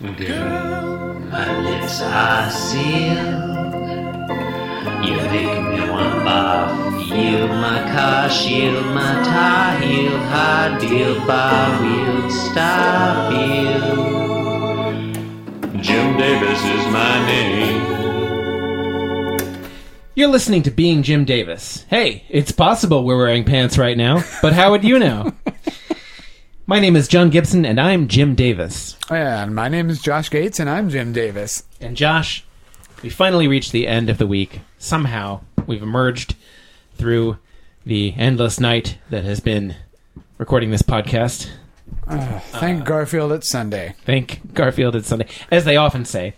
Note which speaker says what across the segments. Speaker 1: Girl, my lips are sealed. You make me want barf. Yield my car, shield my tie, heel, hard deal, bar wheel, star wheel. Jim Davis is my name.
Speaker 2: You're listening to Being Jim Davis. Hey, it's possible we're wearing pants right now, but how would you know? My name is John Gibson, and I'm Jim Davis.
Speaker 3: Oh, And my name is Josh Gates, and I'm Jim Davis.
Speaker 2: And Josh, we finally reached the end of the week. Somehow, we've emerged through the endless night that has been recording this podcast. Uh.
Speaker 3: Thank Garfield it's Sunday.
Speaker 2: Thank Garfield it's Sunday, as they often say.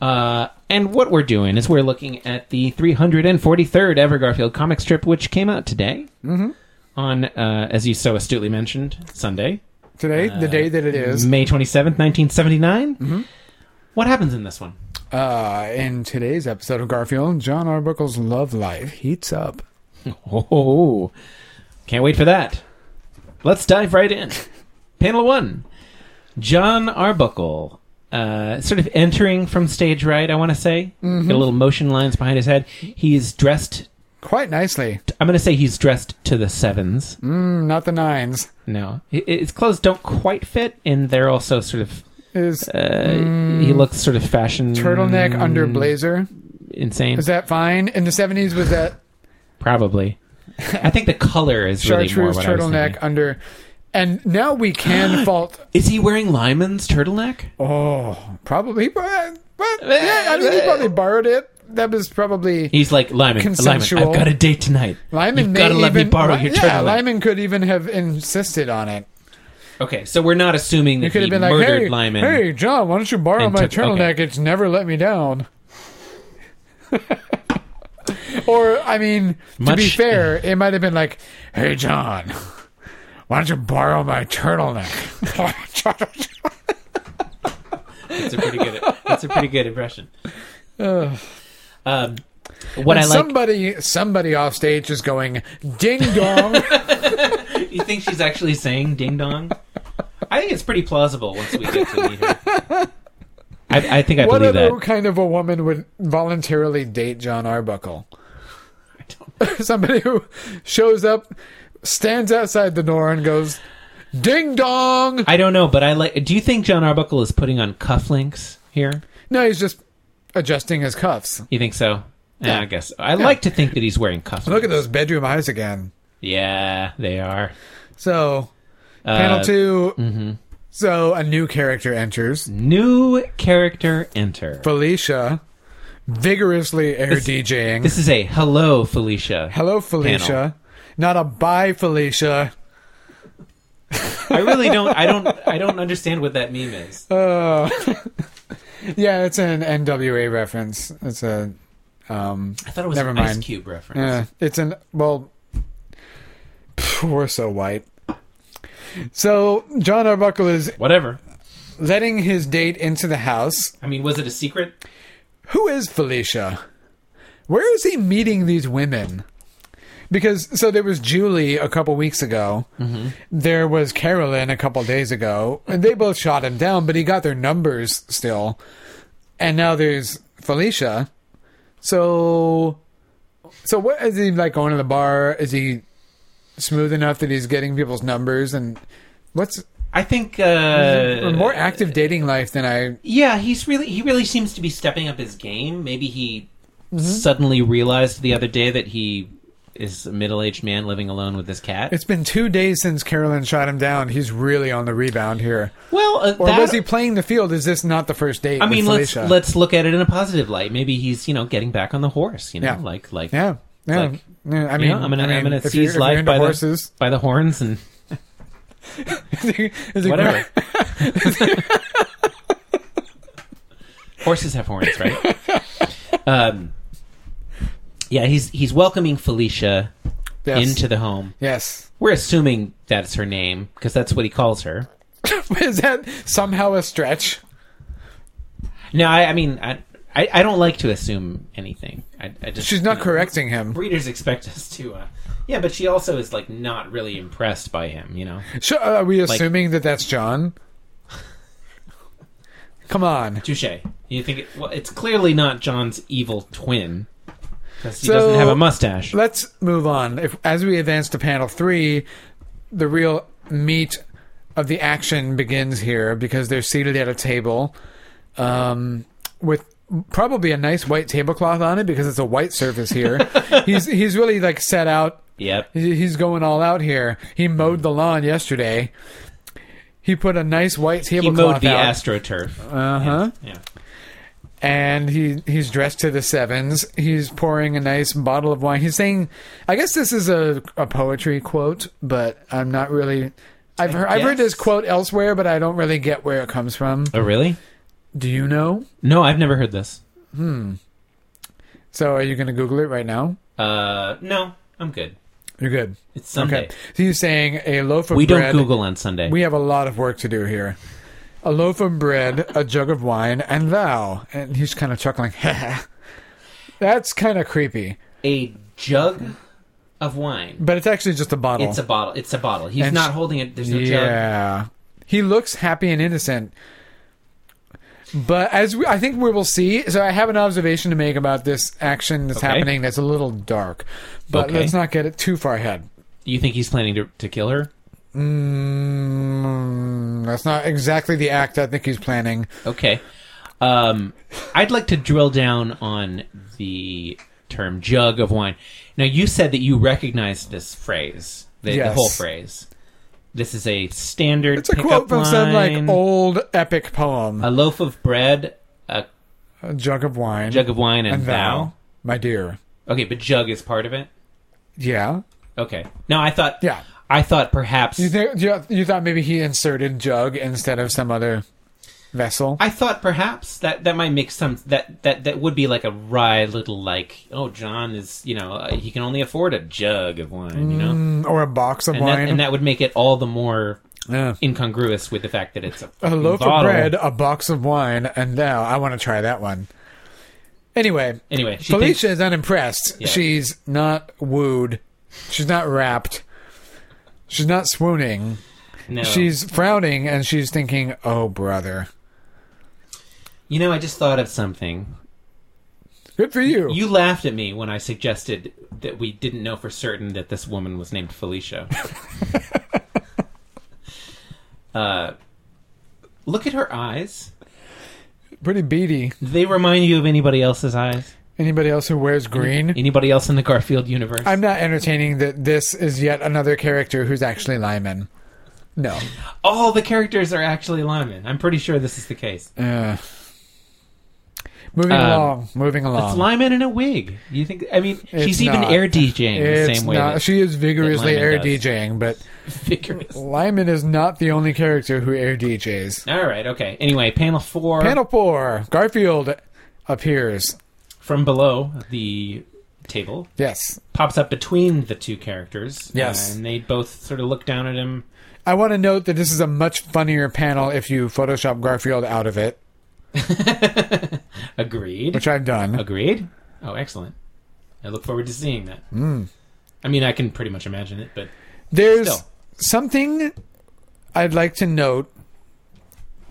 Speaker 2: Uh, and what we're doing is we're looking at the 343rd ever Garfield comic strip, which came out today on, uh, as you so astutely mentioned, Sunday,
Speaker 3: Today, the
Speaker 2: Uh,
Speaker 3: day that it is.
Speaker 2: May 27th, 1979. What happens in this one?
Speaker 3: Uh, in today's episode of Garfield, John Arbuckle's love life heats up.
Speaker 2: Oh, can't wait for that. Let's dive right in. Panel one John Arbuckle, uh, sort of entering from stage right, I want to say.
Speaker 3: Mm-hmm.
Speaker 2: Got a little motion lines behind his head. He's dressed,
Speaker 3: Quite nicely.
Speaker 2: I'm going to say he's dressed to the sevens.
Speaker 3: Mm, Not the nines.
Speaker 2: No, Hi- his clothes don't quite fit, and they're also sort of.
Speaker 3: Is
Speaker 2: Uh, He looks sort of fashion
Speaker 3: Mm. turtleneck under blazer.
Speaker 2: insane.
Speaker 3: Is that fine? In the 70s, was that
Speaker 2: Probably. I think the color is really more
Speaker 3: chartreuse
Speaker 2: what I was
Speaker 3: turtleneck
Speaker 2: thinking.
Speaker 3: under. And now we can fault.
Speaker 2: Is he wearing Lyman's turtleneck?
Speaker 3: Oh, probably. But, but yeah, I mean, he probably borrowed it. That was probably.
Speaker 2: He's like Lyman.
Speaker 3: Consensual.
Speaker 2: Lyman, I've got a date tonight.
Speaker 3: Lyman
Speaker 2: You've
Speaker 3: may
Speaker 2: got to let
Speaker 3: even,
Speaker 2: me borrow
Speaker 3: Ly-
Speaker 2: your
Speaker 3: yeah,
Speaker 2: turtleneck.
Speaker 3: Lyman could even have insisted on it.
Speaker 2: Okay, so we're not assuming
Speaker 3: You
Speaker 2: that
Speaker 3: could
Speaker 2: he
Speaker 3: have been like,
Speaker 2: murdered
Speaker 3: hey,
Speaker 2: Lyman.
Speaker 3: hey, John, why don't you borrow
Speaker 2: and
Speaker 3: my
Speaker 2: took-
Speaker 3: turtleneck?
Speaker 2: okay.
Speaker 3: It's never let me down. or, I mean, to be
Speaker 2: Much-
Speaker 3: fair, it might have been like, hey, John, why don't you borrow my turtleneck?
Speaker 2: That's a pretty good. That's a pretty good impression. um, what I like,
Speaker 3: somebody, somebody off stage is going, ding dong.
Speaker 2: you think she's actually saying "ding dong"? I think it's pretty plausible once we get to meet her. I, I think I
Speaker 3: what
Speaker 2: believe
Speaker 3: other
Speaker 2: that.
Speaker 3: kind of a woman would voluntarily date John Arbuckle? Somebody who shows up, stands outside the door, and goes, "Ding dong!"
Speaker 2: I don't know, but I like. Do you think John Arbuckle is putting on cufflinks here?
Speaker 3: No, he's just adjusting his cuffs.
Speaker 2: You think so? Yeah, I guess. I like to think that he's wearing cufflinks.
Speaker 3: Look at those bedroom eyes again.
Speaker 2: Yeah, they are.
Speaker 3: So,
Speaker 2: Uh, mm-hmm.
Speaker 3: panel 2 So a new character enters.
Speaker 2: New character enter.
Speaker 3: Felicia, vigorously air
Speaker 2: This-
Speaker 3: DJing.
Speaker 2: This is a hello, Felicia.
Speaker 3: Hello, Felicia. Not a bye, Felicia.
Speaker 2: I really don't. I don't. I don't understand what that meme is.
Speaker 3: Uh, yeah, it's an NWA reference. It's a um,
Speaker 2: I thought it was
Speaker 3: Never
Speaker 2: an Ice
Speaker 3: mind.
Speaker 2: Cube reference.
Speaker 3: yeah, it's an well. phew, We're so white. So John Arbuckle is
Speaker 2: Whatever.
Speaker 3: letting his date into the house.
Speaker 2: I mean, was it a secret?
Speaker 3: Who is Felicia? Where is he meeting these women? Because so there was Julie a couple weeks ago. There was Carolyn a couple days ago, and they both shot him down, but he got their numbers still. And now there's Felicia. So, so what is he like going to the bar? Is he smooth enough that he's getting people's numbers? And what's
Speaker 2: I think. Uh,
Speaker 3: a more active dating life than I
Speaker 2: Yeah, he's really. He really seems to be stepping up his game. Maybe he suddenly realized the other day that he is a middle-aged man living alone with his cat.
Speaker 3: It's been two days since Carolyn shot him down. He's really on the rebound here.
Speaker 2: well, uh,
Speaker 3: Or
Speaker 2: that,
Speaker 3: was he playing the field? Is this not the first date?
Speaker 2: I mean,
Speaker 3: with
Speaker 2: let's
Speaker 3: Felicia?
Speaker 2: let's look at it in a positive light. Maybe he's you know getting back on the horse. You know,
Speaker 3: Yeah.
Speaker 2: like like
Speaker 3: yeah, yeah.
Speaker 2: like-
Speaker 3: yeah, I
Speaker 2: You
Speaker 3: mean,
Speaker 2: know, I'm gonna
Speaker 3: I mean,
Speaker 2: am gonna
Speaker 3: if you're,
Speaker 2: seize
Speaker 3: if you're
Speaker 2: life
Speaker 3: into
Speaker 2: by
Speaker 3: horses,
Speaker 2: the by the horns and
Speaker 3: is it-
Speaker 2: whatever. Horses have horns, right? um, yeah, he's he's welcoming Felicia
Speaker 3: Yes.
Speaker 2: into the home.
Speaker 3: yes.
Speaker 2: We're assuming that's her name because that's what he calls her.
Speaker 3: is that somehow a stretch?
Speaker 2: No, I, I mean, I, I I don't like to assume anything. I, I just
Speaker 3: She's not
Speaker 2: you know,
Speaker 3: correcting him.
Speaker 2: Readers expect us to. Uh, yeah, but she also is like not really impressed
Speaker 3: uh,
Speaker 2: by him. You know,
Speaker 3: Sh- are we assuming that that's John? Come on.
Speaker 2: Touche. You think it, well, it's clearly not John's evil twin because he
Speaker 3: So-
Speaker 2: doesn't have a mustache.
Speaker 3: Let's move on. If as we advance to panel three, the real meat of the action begins here because they're seated at a table, um, with probably a nice white tablecloth on it because it's a white surface here. he's he's really like set out
Speaker 2: Yep.
Speaker 3: He- He's going all out here. He mowed the lawn yesterday. He put a nice white
Speaker 2: He
Speaker 3: tablecloth
Speaker 2: mowed the
Speaker 3: out,
Speaker 2: astroturf.
Speaker 3: Uh-huh.
Speaker 2: Yeah.
Speaker 3: and he he's dressed to the sevens. He's pouring a nice bottle of wine. He's saying, "I guess this is a, a poetry quote, but I'm not really. I've heard I've heard this
Speaker 2: guess.
Speaker 3: quote elsewhere, but I don't really get where it comes from.
Speaker 2: Oh, really?
Speaker 3: Do you know?
Speaker 2: No, I've never heard this.
Speaker 3: So are you going to Google it right now?
Speaker 2: Uh, no, I'm good.
Speaker 3: You're good.
Speaker 2: It's Sunday.
Speaker 3: So he's saying a loaf of
Speaker 2: We
Speaker 3: bread.
Speaker 2: don't Google on Sunday.
Speaker 3: We have a lot of work to do here. A loaf of bread, a jug of wine, and thou. And he's kind of chuckling. That's kind of creepy,
Speaker 2: a jug of wine.
Speaker 3: but it's actually just a bottle.
Speaker 2: It's a bottle. It's a bottle. He's
Speaker 3: Oh. And
Speaker 2: not
Speaker 3: sh-
Speaker 2: holding it. There's no jug.
Speaker 3: yeah. He looks happy and innocent. But as we, I think we will see, so I have an observation to make about this action that's
Speaker 2: Okay.
Speaker 3: happening that's a little dark. But
Speaker 2: Okay.
Speaker 3: let's not get it too far ahead.
Speaker 2: You think he's planning to, to kill her?
Speaker 3: Mm, that's not exactly the act I think he's planning.
Speaker 2: Okay. Um, I'd like to drill down on the term jug of wine. Now, you said that you recognized this phrase, the, the
Speaker 3: Yes.
Speaker 2: whole phrase. This is a standard.
Speaker 3: It's a
Speaker 2: pickup
Speaker 3: quote from some
Speaker 2: line.
Speaker 3: like "Oh." old epic poem.
Speaker 2: A loaf of bread, a
Speaker 3: A jug of wine.
Speaker 2: jug of wine, and,
Speaker 3: and thou, my dear.
Speaker 2: thou. Okay, but jug is part of it.
Speaker 3: Yeah.
Speaker 2: Okay. No, I thought.
Speaker 3: Yeah.
Speaker 2: I thought perhaps.
Speaker 3: You, think, you, you thought maybe he inserted jug instead of some other vessel?
Speaker 2: I thought perhaps that that might make some that that that would be like a wry little like oh John is you know uh, he can only afford a jug of wine you know
Speaker 3: Mm, or a box of
Speaker 2: and that,
Speaker 3: wine?
Speaker 2: and that would make it all the more
Speaker 3: Yeah.
Speaker 2: incongruous with the fact that it's a,
Speaker 3: A
Speaker 2: fucking
Speaker 3: loaf
Speaker 2: bottle.
Speaker 3: of bread, a box of wine, and thou. I want to try that one. Anyway,
Speaker 2: Anyway, she
Speaker 3: Felicia
Speaker 2: thinks-
Speaker 3: is unimpressed.
Speaker 2: Yeah.
Speaker 3: She's not wooed. She's not wrapped. She's not swooning.
Speaker 2: no.
Speaker 3: She's frowning and she's thinking, oh, brother.
Speaker 2: you know I just thought of something.
Speaker 3: Good for you.
Speaker 2: You laughed at me when I suggested that we didn't know for certain that this woman was named Felicia. uh, look at her eyes.
Speaker 3: Pretty beady.
Speaker 2: Do they remind you of anybody else's eyes?
Speaker 3: Anybody else who wears green?
Speaker 2: Anybody else in the Garfield universe?
Speaker 3: I'm not entertaining that this is yet another character who's actually Lyman. No.
Speaker 2: All the characters are actually linemen. I'm pretty sure this is the case.
Speaker 3: Uh, moving
Speaker 2: Um,
Speaker 3: along. Moving
Speaker 2: It's
Speaker 3: along.
Speaker 2: lineman in a wig. You think? I mean, she's
Speaker 3: It's
Speaker 2: even
Speaker 3: not.
Speaker 2: air DJing the
Speaker 3: It's
Speaker 2: same way.
Speaker 3: not-
Speaker 2: that
Speaker 3: she is vigorously
Speaker 2: Lyman
Speaker 3: air
Speaker 2: does.
Speaker 3: DJing, but
Speaker 2: figure is.
Speaker 3: Lyman is not the only character who air DJs.
Speaker 2: All right. Okay. Anyway, panel four
Speaker 3: Panel four. Garfield appears.
Speaker 2: from below the table
Speaker 3: Yes.
Speaker 2: pops up between the two characters.
Speaker 3: Yes.
Speaker 2: and they both sort of look down at him.
Speaker 3: I want to note that this is a much funnier panel if you Photoshop Garfield out of it,
Speaker 2: Agreed.
Speaker 3: which I've done.
Speaker 2: Agreed. Oh, excellent. I look forward to seeing that.
Speaker 3: Hmm.
Speaker 2: I mean, I can pretty much imagine it, but
Speaker 3: There's
Speaker 2: Still.
Speaker 3: something I'd like to note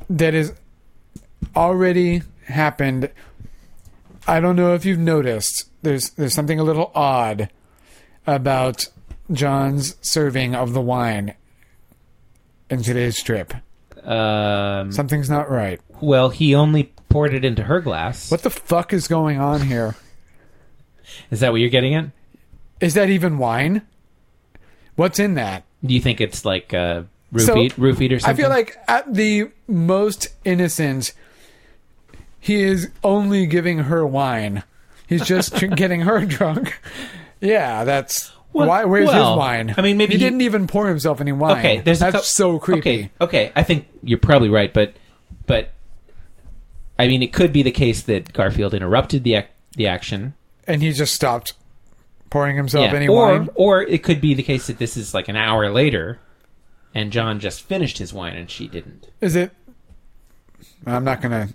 Speaker 3: that has already happened. I don't know if you've noticed. There's there's something a little odd about John's serving of the wine in today's strip.
Speaker 2: um,
Speaker 3: Something's not right.
Speaker 2: well, he only poured it into her glass.
Speaker 3: What the fuck is going on here?
Speaker 2: Is that what you're getting at?
Speaker 3: Is that even wine? What's in that?
Speaker 2: Do you think it's like uh, roofied,
Speaker 3: So,
Speaker 2: roofied or
Speaker 3: I
Speaker 2: something?
Speaker 3: feel like at the most innocent, he is only giving her wine. He's just tr- getting her drunk. Yeah, that's
Speaker 2: Well-
Speaker 3: why. Where's
Speaker 2: well,
Speaker 3: his wine?
Speaker 2: I mean, maybe
Speaker 3: he,
Speaker 2: he-
Speaker 3: didn't even pour himself any wine.
Speaker 2: okay. There's
Speaker 3: that's
Speaker 2: a cou-
Speaker 3: so creepy.
Speaker 2: Okay, okay, I think you're probably right, but but I mean, it could be the case that Garfield interrupted the ac- the action,
Speaker 3: And he just stopped pouring himself any
Speaker 2: or
Speaker 3: wine.
Speaker 2: or it could be the case that this is like an hour later, and John just finished his wine and she didn't.
Speaker 3: Is it? I'm not gonna.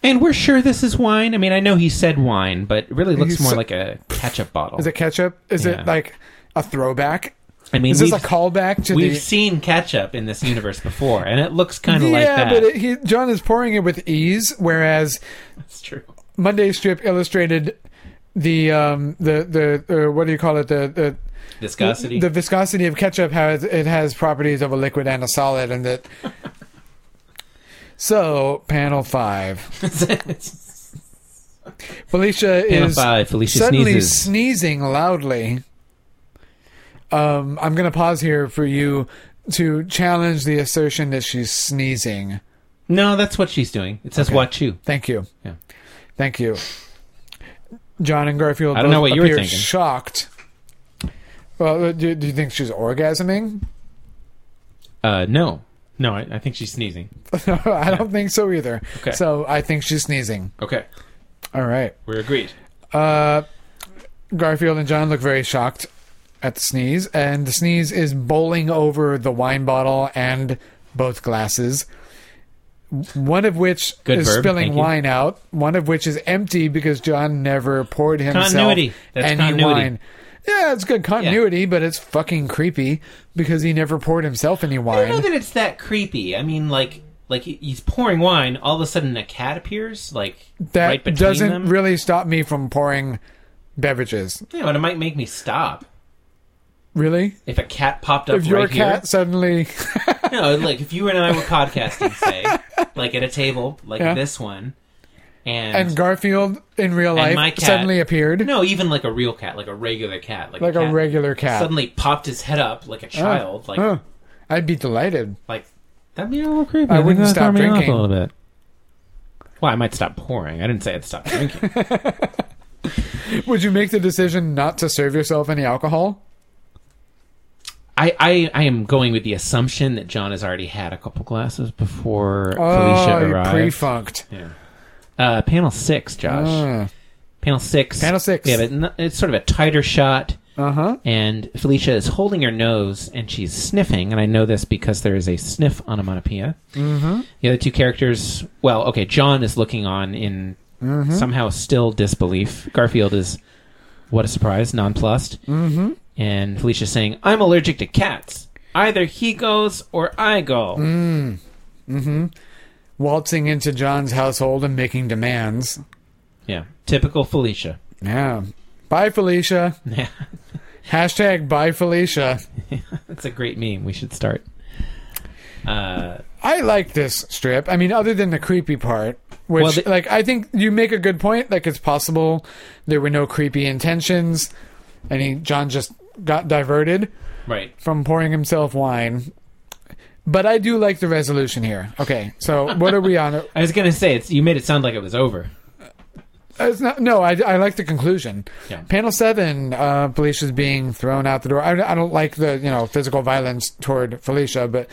Speaker 2: And we're sure this is wine. I mean, I know he said wine, but it really looks
Speaker 3: He's
Speaker 2: more
Speaker 3: so-
Speaker 2: like a ketchup bottle.
Speaker 3: Is it ketchup? Is
Speaker 2: Yeah.
Speaker 3: it like a throwback?
Speaker 2: I mean,
Speaker 3: Is this
Speaker 2: we've,
Speaker 3: a callback to
Speaker 2: we've
Speaker 3: the?
Speaker 2: seen catch up in this universe before, and it looks kind of
Speaker 3: yeah,
Speaker 2: like that.
Speaker 3: but it, he, John is pouring it with ease, whereas
Speaker 2: That's true.
Speaker 3: Monday Strip illustrated the um the the uh, what do you call it the the
Speaker 2: Viscosity.
Speaker 3: the viscosity of ketchup how it, it has properties of a liquid and a solid and that so panel five felicia
Speaker 2: Panel
Speaker 3: is
Speaker 2: five. Felicia
Speaker 3: suddenly
Speaker 2: sneezes.
Speaker 3: sneezing loudly um i'm gonna pause here for you to challenge the assertion that she's sneezing
Speaker 2: no, that's what she's doing. It says
Speaker 3: Okay.
Speaker 2: what you.
Speaker 3: thank you
Speaker 2: Yeah.
Speaker 3: thank you john and garfield
Speaker 2: I don't know
Speaker 3: both
Speaker 2: what you were
Speaker 3: appear
Speaker 2: thinking.
Speaker 3: shocked well uh, do, do you think she's orgasming
Speaker 2: Uh, no, no, I, I think she's sneezing.
Speaker 3: No, I don't think so either.
Speaker 2: Okay.
Speaker 3: So I think she's sneezing.
Speaker 2: Okay,
Speaker 3: All right.
Speaker 2: we're agreed.
Speaker 3: Uh, Garfield and John look very shocked at the sneeze, and the sneeze is bowling over the wine bottle and both glasses. One of which
Speaker 2: Good
Speaker 3: is
Speaker 2: verb,
Speaker 3: spilling
Speaker 2: thank you.
Speaker 3: wine out. One of which is empty because John never poured himself
Speaker 2: Continuity. That's
Speaker 3: any
Speaker 2: continuity.
Speaker 3: wine. Yeah, it's good continuity, but it's fucking creepy because he never poured himself any
Speaker 2: I don't know
Speaker 3: wine.
Speaker 2: that it's that creepy. I mean, like, like he- he's pouring wine. All of a sudden, a cat appears, like
Speaker 3: That
Speaker 2: right between
Speaker 3: doesn't
Speaker 2: them.
Speaker 3: really stop me from pouring beverages.
Speaker 2: yeah, but it might make me stop
Speaker 3: Really?
Speaker 2: if a cat popped up
Speaker 3: if
Speaker 2: right
Speaker 3: your
Speaker 2: here.
Speaker 3: cat suddenly
Speaker 2: No, like if you and I were podcasting, say, like at a table like
Speaker 3: Yeah.
Speaker 2: this one, and,
Speaker 3: and Garfield in real life
Speaker 2: my cat-
Speaker 3: suddenly appeared
Speaker 2: no, even like a real cat, like a regular cat, like
Speaker 3: like
Speaker 2: a,
Speaker 3: a
Speaker 2: cat
Speaker 3: regular cat,
Speaker 2: suddenly popped his head up like a child, like
Speaker 3: Huh. I'd be delighted.
Speaker 2: like that'd be a little creepy.
Speaker 3: I think wouldn't that'd stop throw me off a drinking.
Speaker 2: a
Speaker 3: little
Speaker 2: little bit. Well, I might stop pouring. I didn't say I'd stop drinking.
Speaker 3: Would you make the decision not to serve yourself any alcohol?
Speaker 2: I, I, I am going with the assumption that John has already had a couple glasses before
Speaker 3: oh,
Speaker 2: Felicia
Speaker 3: you're
Speaker 2: arrived.
Speaker 3: pre-funked.
Speaker 2: yeah. Uh, panel six, Josh.
Speaker 3: Mm.
Speaker 2: Panel six.
Speaker 3: Panel six.
Speaker 2: Yeah, but n- it's sort of a tighter shot,
Speaker 3: Uh huh.
Speaker 2: and Felicia is holding her nose and she's sniffing, and I know this because there is a sniff onomatopoeia. Mm-hmm. The other two characters, well, okay, John is looking on in somehow still disbelief. Garfield is, what a surprise, nonplussed. Mm-hmm. And Felicia's saying, I'm allergic to cats. Either he goes or I go.
Speaker 3: Waltzing into John's household and making demands.
Speaker 2: Yeah, typical Felicia.
Speaker 3: Yeah. Bye, Felicia.
Speaker 2: Yeah,
Speaker 3: Hashtag bye, Felicia.
Speaker 2: that's a great meme. We should start. Uh,
Speaker 3: I like this strip. I mean, other than the creepy part, which,
Speaker 2: Well, the-
Speaker 3: like, I think you make a good point. Like, it's possible there were no creepy intentions, and he, John just got diverted
Speaker 2: right.
Speaker 3: from pouring himself wine. But I do like the resolution here. Okay, so what are we on? Uh,
Speaker 2: I was gonna say it's you made it sound like it was over.
Speaker 3: It's not, no, I, I like the conclusion.
Speaker 2: Yeah.
Speaker 3: Panel seven, uh, Felicia's being thrown out the door. I, I don't like the you know physical violence toward Felicia, but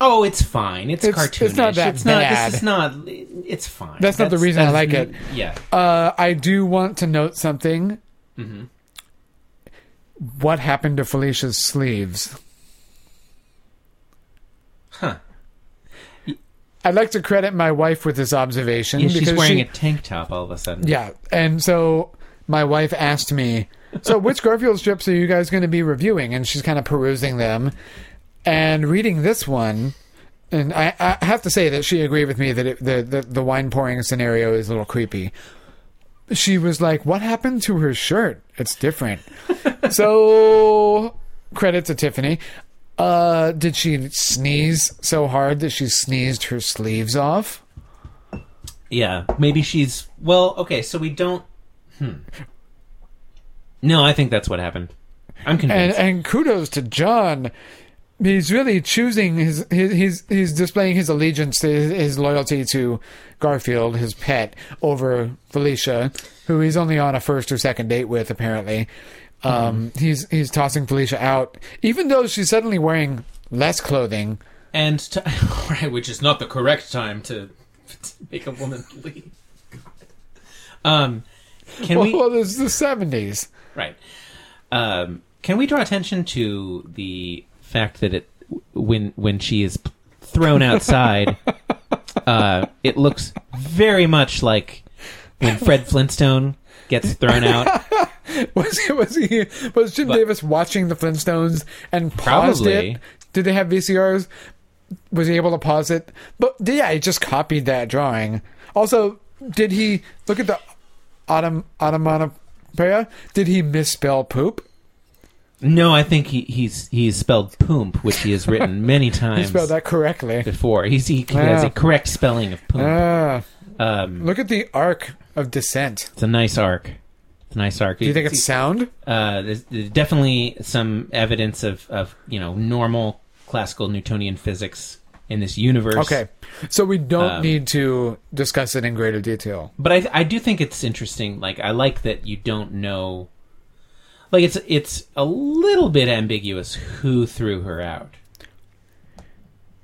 Speaker 2: Oh, it's fine. It's,
Speaker 3: It's-
Speaker 2: cartoonish.
Speaker 3: it's not that bad.
Speaker 2: This is not. It's fine.
Speaker 3: That's not the reason I
Speaker 2: that's
Speaker 3: like
Speaker 2: n-
Speaker 3: it.
Speaker 2: Yeah.
Speaker 3: Uh, I do want to note something.
Speaker 2: Mm-hmm.
Speaker 3: What happened to Felicia's sleeves?
Speaker 2: Huh.
Speaker 3: I'd like to credit my wife with this observation
Speaker 2: Yeah, she's
Speaker 3: because
Speaker 2: wearing
Speaker 3: she,
Speaker 2: a tank top all of a sudden.
Speaker 3: yeah, and so my wife asked me, "So which Garfield strips are you guys going to be reviewing?" And she's kind of perusing them and reading this one. And I, I have to say that she agreed with me that it, the, the the wine pouring scenario is a little creepy. She was like, "What happened to her shirt? It's different." so credit to Tiffany. Uh, did she sneeze so hard that she sneezed her sleeves off?
Speaker 2: Yeah. Maybe she's. Well, okay. So we don't. Hmm. No, I think that's what happened. I'm
Speaker 3: and uh,
Speaker 2: convinced.
Speaker 3: and kudos to John. He's really choosing his, his he's he's displaying his allegiance, to his, his loyalty to Garfield, his pet, over Felicia, who he's only on a first or second date with apparently. Um, He's he's tossing Felicia out, even though she's suddenly wearing less clothing.
Speaker 2: And, t right, which is not the correct time to, to make a woman leave. Um, can we?
Speaker 3: well, this is the seventies.
Speaker 2: Right. Um, can we draw attention to the fact that it when when she is thrown outside, uh, it looks very much like when Fred Flintstone gets thrown out
Speaker 3: Was he, was he was Jim Davis watching the Flintstones and paused
Speaker 2: Probably.
Speaker 3: it? Did they have VCRs? Was he able to pause it? But yeah, he just copied that drawing. Also, did he look at the autom automatopoeia? Did he misspell poop?
Speaker 2: No, I think he, he's he's spelled poomp, which he has written many
Speaker 3: He
Speaker 2: times
Speaker 3: spelled that correctly.
Speaker 2: before. He's, he, he has
Speaker 3: Yeah.
Speaker 2: a correct spelling of poomp.
Speaker 3: Ah,
Speaker 2: Um,
Speaker 3: look at the arc of descent.
Speaker 2: it's a nice arc. It's a nice arc.
Speaker 3: Do you think it's sound?
Speaker 2: uh, there's, there's definitely some evidence of, of you know normal classical Newtonian physics in this universe.
Speaker 3: Okay, so we don't
Speaker 2: Um,
Speaker 3: need to discuss it in greater detail.
Speaker 2: but I I do think it's interesting. Like I like that you don't know. Like it's it's a little bit ambiguous who threw her out.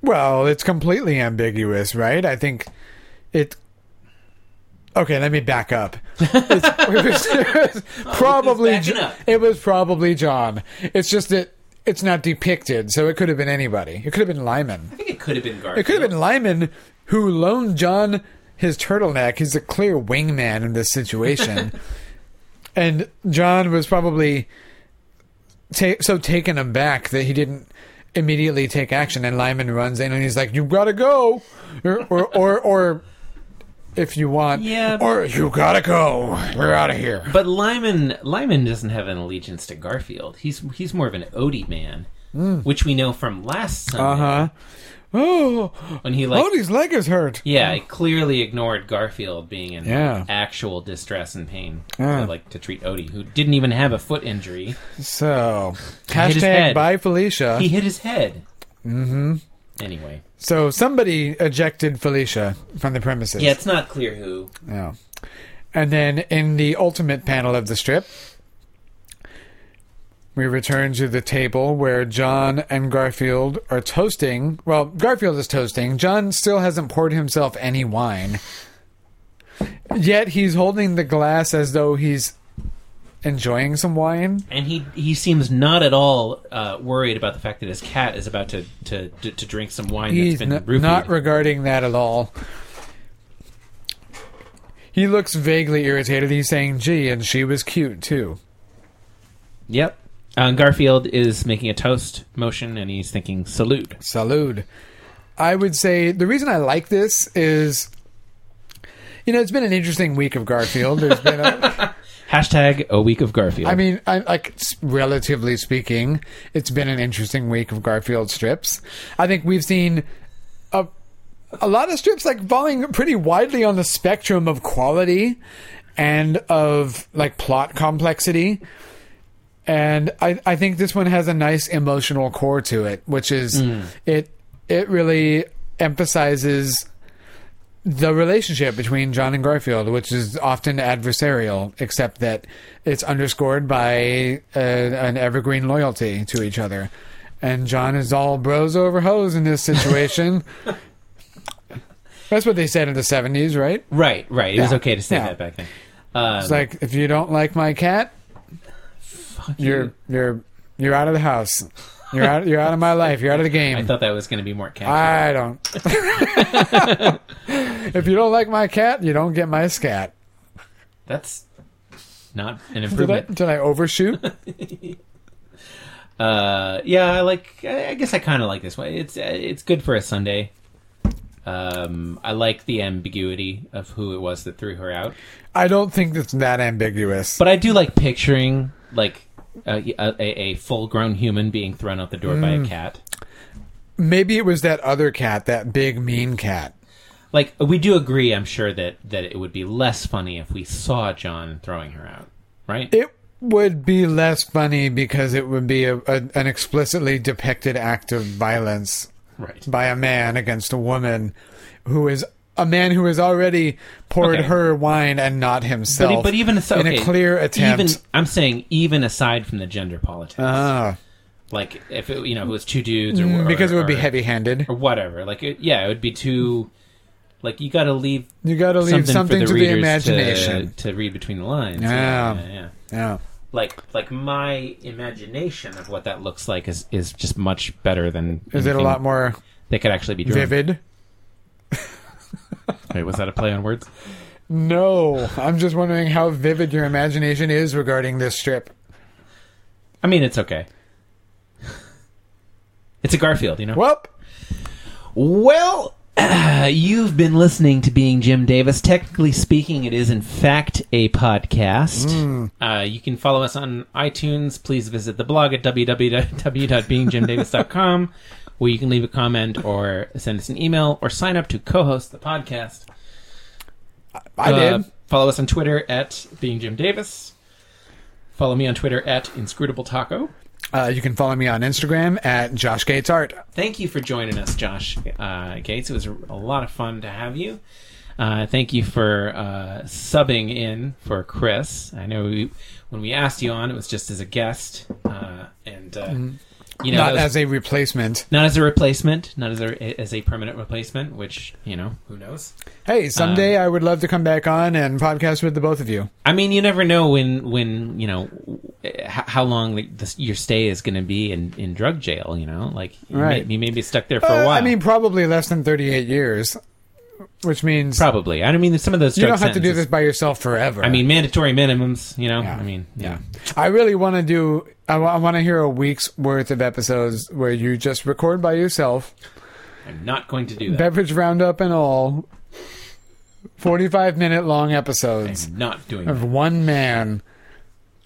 Speaker 3: Well, it's completely ambiguous, right? I think it. Okay, let me back up. It's, it was, it was probably
Speaker 2: backing
Speaker 3: Jo-
Speaker 2: up.
Speaker 3: it was probably John. It's just that it's not depicted, so it could have been anybody. It could have been Lyman.
Speaker 2: I think it could have been Garfield.
Speaker 3: It could have been Lyman who loaned John his turtleneck. He's a clear wingman in this situation, and John was probably ta- so taken aback that he didn't immediately take action. And Lyman runs in and he's like, "You gotta go," or or or, or if you want,
Speaker 2: Yeah.
Speaker 3: or you gotta go. We're out of here.
Speaker 2: But Lyman Lyman doesn't have an allegiance to Garfield. He's he's more of an Odie man, which we know from last
Speaker 3: Uh
Speaker 2: Sunday
Speaker 3: huh. Oh,
Speaker 2: when he like
Speaker 3: Odie's leg is hurt.
Speaker 2: yeah, he clearly ignored Garfield being in
Speaker 3: Yeah.
Speaker 2: actual distress and pain.
Speaker 3: Yeah.
Speaker 2: So, like to treat Odie, who didn't even have a foot injury.
Speaker 3: So
Speaker 2: hit his
Speaker 3: hashtag
Speaker 2: head.
Speaker 3: bye Felicia.
Speaker 2: He hit his head. Mm-hmm. Anyway,
Speaker 3: So somebody ejected Felicia from the premises.
Speaker 2: yeah, it's not clear who.
Speaker 3: Yeah. And then in the ultimate panel of the strip, we return to the table where John and Garfield are toasting. Well, Garfield is toasting. John still hasn't poured himself any wine. Yet he's holding the glass as though he's enjoying some wine.
Speaker 2: And he he seems not at all uh, worried about the fact that his cat is about to to to, to drink some wine
Speaker 3: He's
Speaker 2: that's been
Speaker 3: n-
Speaker 2: roofied.
Speaker 3: not regarding that at all. He looks vaguely irritated. He's saying, gee, and she was cute too.
Speaker 2: Yep. Uh, Garfield is making a toast motion, and he's thinking salute.
Speaker 3: Salud. I would say the reason I like this is, you know, it's been an interesting week of Garfield. There's been, a,
Speaker 2: Hashtag a week of Garfield.
Speaker 3: I mean, I, like s- relatively speaking, it's been an interesting week of Garfield strips. I think we've seen a a lot of strips like falling pretty widely on the spectrum of quality and of like plot complexity. And I, I think this one has a nice emotional core to it, which is it it really emphasizes the relationship between John and Garfield, which is often adversarial, except that it's underscored by uh an evergreen loyalty to each other. And John is all bros over hoes in this situation. That's what they said in the 70s, right?
Speaker 2: right, right. It was
Speaker 3: Yeah.
Speaker 2: okay to say
Speaker 3: Yeah.
Speaker 2: that back then. Um,
Speaker 3: It's like if you don't like my cat, you're you're you're out of the house. You're out you're out of my life. You're out of the game.
Speaker 2: I thought that was going to be more cat.
Speaker 3: I don't. if you don't like my cat, you don't get my scat.
Speaker 2: That's not an
Speaker 3: Did I,
Speaker 2: improvement.
Speaker 3: did I overshoot?
Speaker 2: Uh, yeah, I like. I I guess I kind of like this one. It's uh, it's good for a Sunday. Um, I like the ambiguity of who it was that threw her out,
Speaker 3: I don't think it's that ambiguous.
Speaker 2: but I do like picturing like a, a, a full-grown human being thrown out the door by a cat.
Speaker 3: Maybe it was that other cat, that big mean cat.
Speaker 2: Like we do agree, I'm sure that that it would be less funny if we saw John throwing her out, right?
Speaker 3: It would be less funny because it would be a, a, an explicitly depicted act of violence
Speaker 2: right.
Speaker 3: by a man against a woman who is a man who has already poured
Speaker 2: Okay.
Speaker 3: her wine and not
Speaker 2: But, e-
Speaker 3: himself.
Speaker 2: but even so,
Speaker 3: in
Speaker 2: okay,
Speaker 3: a clear attempt.
Speaker 2: Even, I'm saying even aside from the gender politics,
Speaker 3: Ah, Mm,
Speaker 2: like if it, you know if it was two dudes or, or-
Speaker 3: because it would be
Speaker 2: or-
Speaker 3: heavy-handed.
Speaker 2: or whatever. Like, it, yeah, it would be too. Like, you got to leave
Speaker 3: You got to leave
Speaker 2: something, for
Speaker 3: something
Speaker 2: the
Speaker 3: to the
Speaker 2: readers
Speaker 3: imagination.
Speaker 2: to, to read between the lines.
Speaker 3: Yeah.
Speaker 2: yeah, yeah.
Speaker 3: Yeah.
Speaker 2: Like, like my imagination of what that looks like is is just much better than.
Speaker 3: Is it a
Speaker 2: anything
Speaker 3: lot more
Speaker 2: That could actually be drawn.
Speaker 3: vivid?
Speaker 2: Wait, was that a play on words?
Speaker 3: No, I'm just wondering how vivid your imagination is regarding this strip.
Speaker 2: I mean, it's okay. It's a Garfield, you know?
Speaker 3: Well,
Speaker 2: Well, you've been listening to Being Jim Davis. Technically speaking, it is in fact a podcast.
Speaker 3: Hmm.
Speaker 2: Uh, you can follow us on iTunes. Please visit the blog at www.beingjimdavis.com, where you can leave a comment or send us an email or sign up to co host the podcast.
Speaker 3: I
Speaker 2: Uh,
Speaker 3: did.
Speaker 2: Follow us on Twitter at Being Jim Davis. Follow me on Twitter at Inscrutable Taco.
Speaker 3: Uh, you can follow me on Instagram at Josh Gates Art.
Speaker 2: thank you for joining us, Josh uh, Gates. It was a lot of fun to have you. Uh, thank you for uh, subbing in for Chris. I know we, when we asked you on, it was just as a guest, uh, and uh, you know,
Speaker 3: Mm. Not
Speaker 2: that was-
Speaker 3: as a replacement.
Speaker 2: not as a replacement, not as a as a permanent replacement. Which you know, who knows?
Speaker 3: Hey, someday
Speaker 2: Um,
Speaker 3: I would love to come back on and podcast with the both of you.
Speaker 2: I mean, you never know when when you know h- how long like, this, your stay is going to be in, in drug jail. You know, like you may-
Speaker 3: Right.
Speaker 2: you may be stuck there for
Speaker 3: Uh,
Speaker 2: a while.
Speaker 3: I mean, probably less than 38 years, which means
Speaker 2: probably. I mean, some of those
Speaker 3: you
Speaker 2: drug
Speaker 3: don't have to do
Speaker 2: sentences-
Speaker 3: this by yourself forever.
Speaker 2: I mean, mandatory minimums. You know,
Speaker 3: Yeah.
Speaker 2: I mean, yeah.
Speaker 3: I really want to do. I want to hear a week's worth of episodes where you just record by yourself,
Speaker 2: I'm not going to do that.
Speaker 3: beverage roundup and all. Forty-five minute long episodes
Speaker 2: I'm not doing
Speaker 3: of
Speaker 2: that.
Speaker 3: one man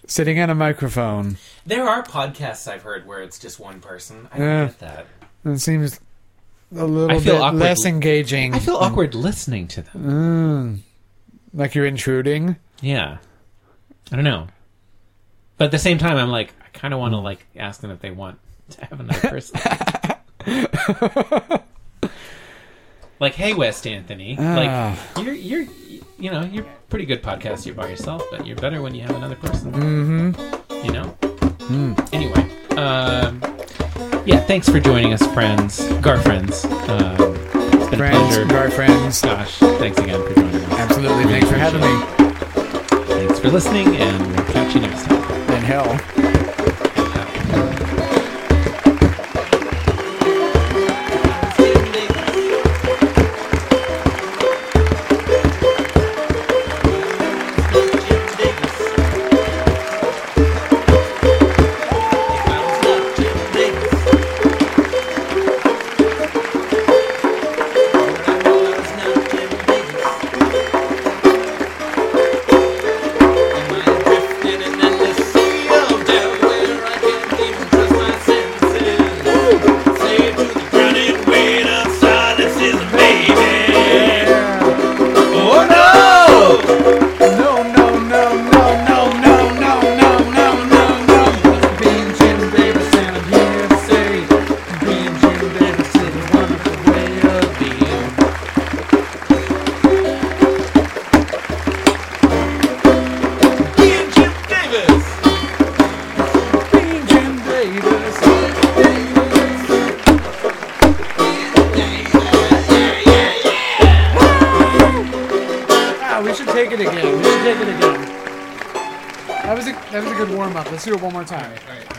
Speaker 3: sitting on a microphone.
Speaker 2: There are podcasts I've heard where it's just one person. I don't
Speaker 3: Yeah.
Speaker 2: get that.
Speaker 3: It seems a little
Speaker 2: I feel
Speaker 3: bit
Speaker 2: awkward-
Speaker 3: less engaging.
Speaker 2: I feel awkward listening to them.
Speaker 3: like you're intruding.
Speaker 2: Yeah, I don't know. But at the same time, I'm like, I kind of want to like ask them if they want to have another person. like, hey, West Anthony,
Speaker 3: Ah.
Speaker 2: like you're you're you know you're a pretty good podcast you're by yourself, but you're better when you have another person. Mm-hmm. You know.
Speaker 3: Hmm.
Speaker 2: Anyway, um, yeah, thanks for joining us, friends, gar friends. Um, it's been
Speaker 3: Friends,
Speaker 2: a pleasure.
Speaker 3: our friends.
Speaker 2: Gosh, thanks again for joining us.
Speaker 3: Absolutely. Thanks for having me.
Speaker 2: Thanks for listening, and we'll catch you next time.
Speaker 3: In hell.
Speaker 1: Oh no!
Speaker 3: No, no, no, no, no, no, no, no, no, no, no. Being Jim Davis and I'm here to say, being Jim Davis is a wonderful way of being.
Speaker 1: Being Jim Davis!
Speaker 3: Being Jim Davis. Wow, Ah, we should take it again. We should take it again. That was a that was a good warm up. Let's do it one more time.
Speaker 2: All right.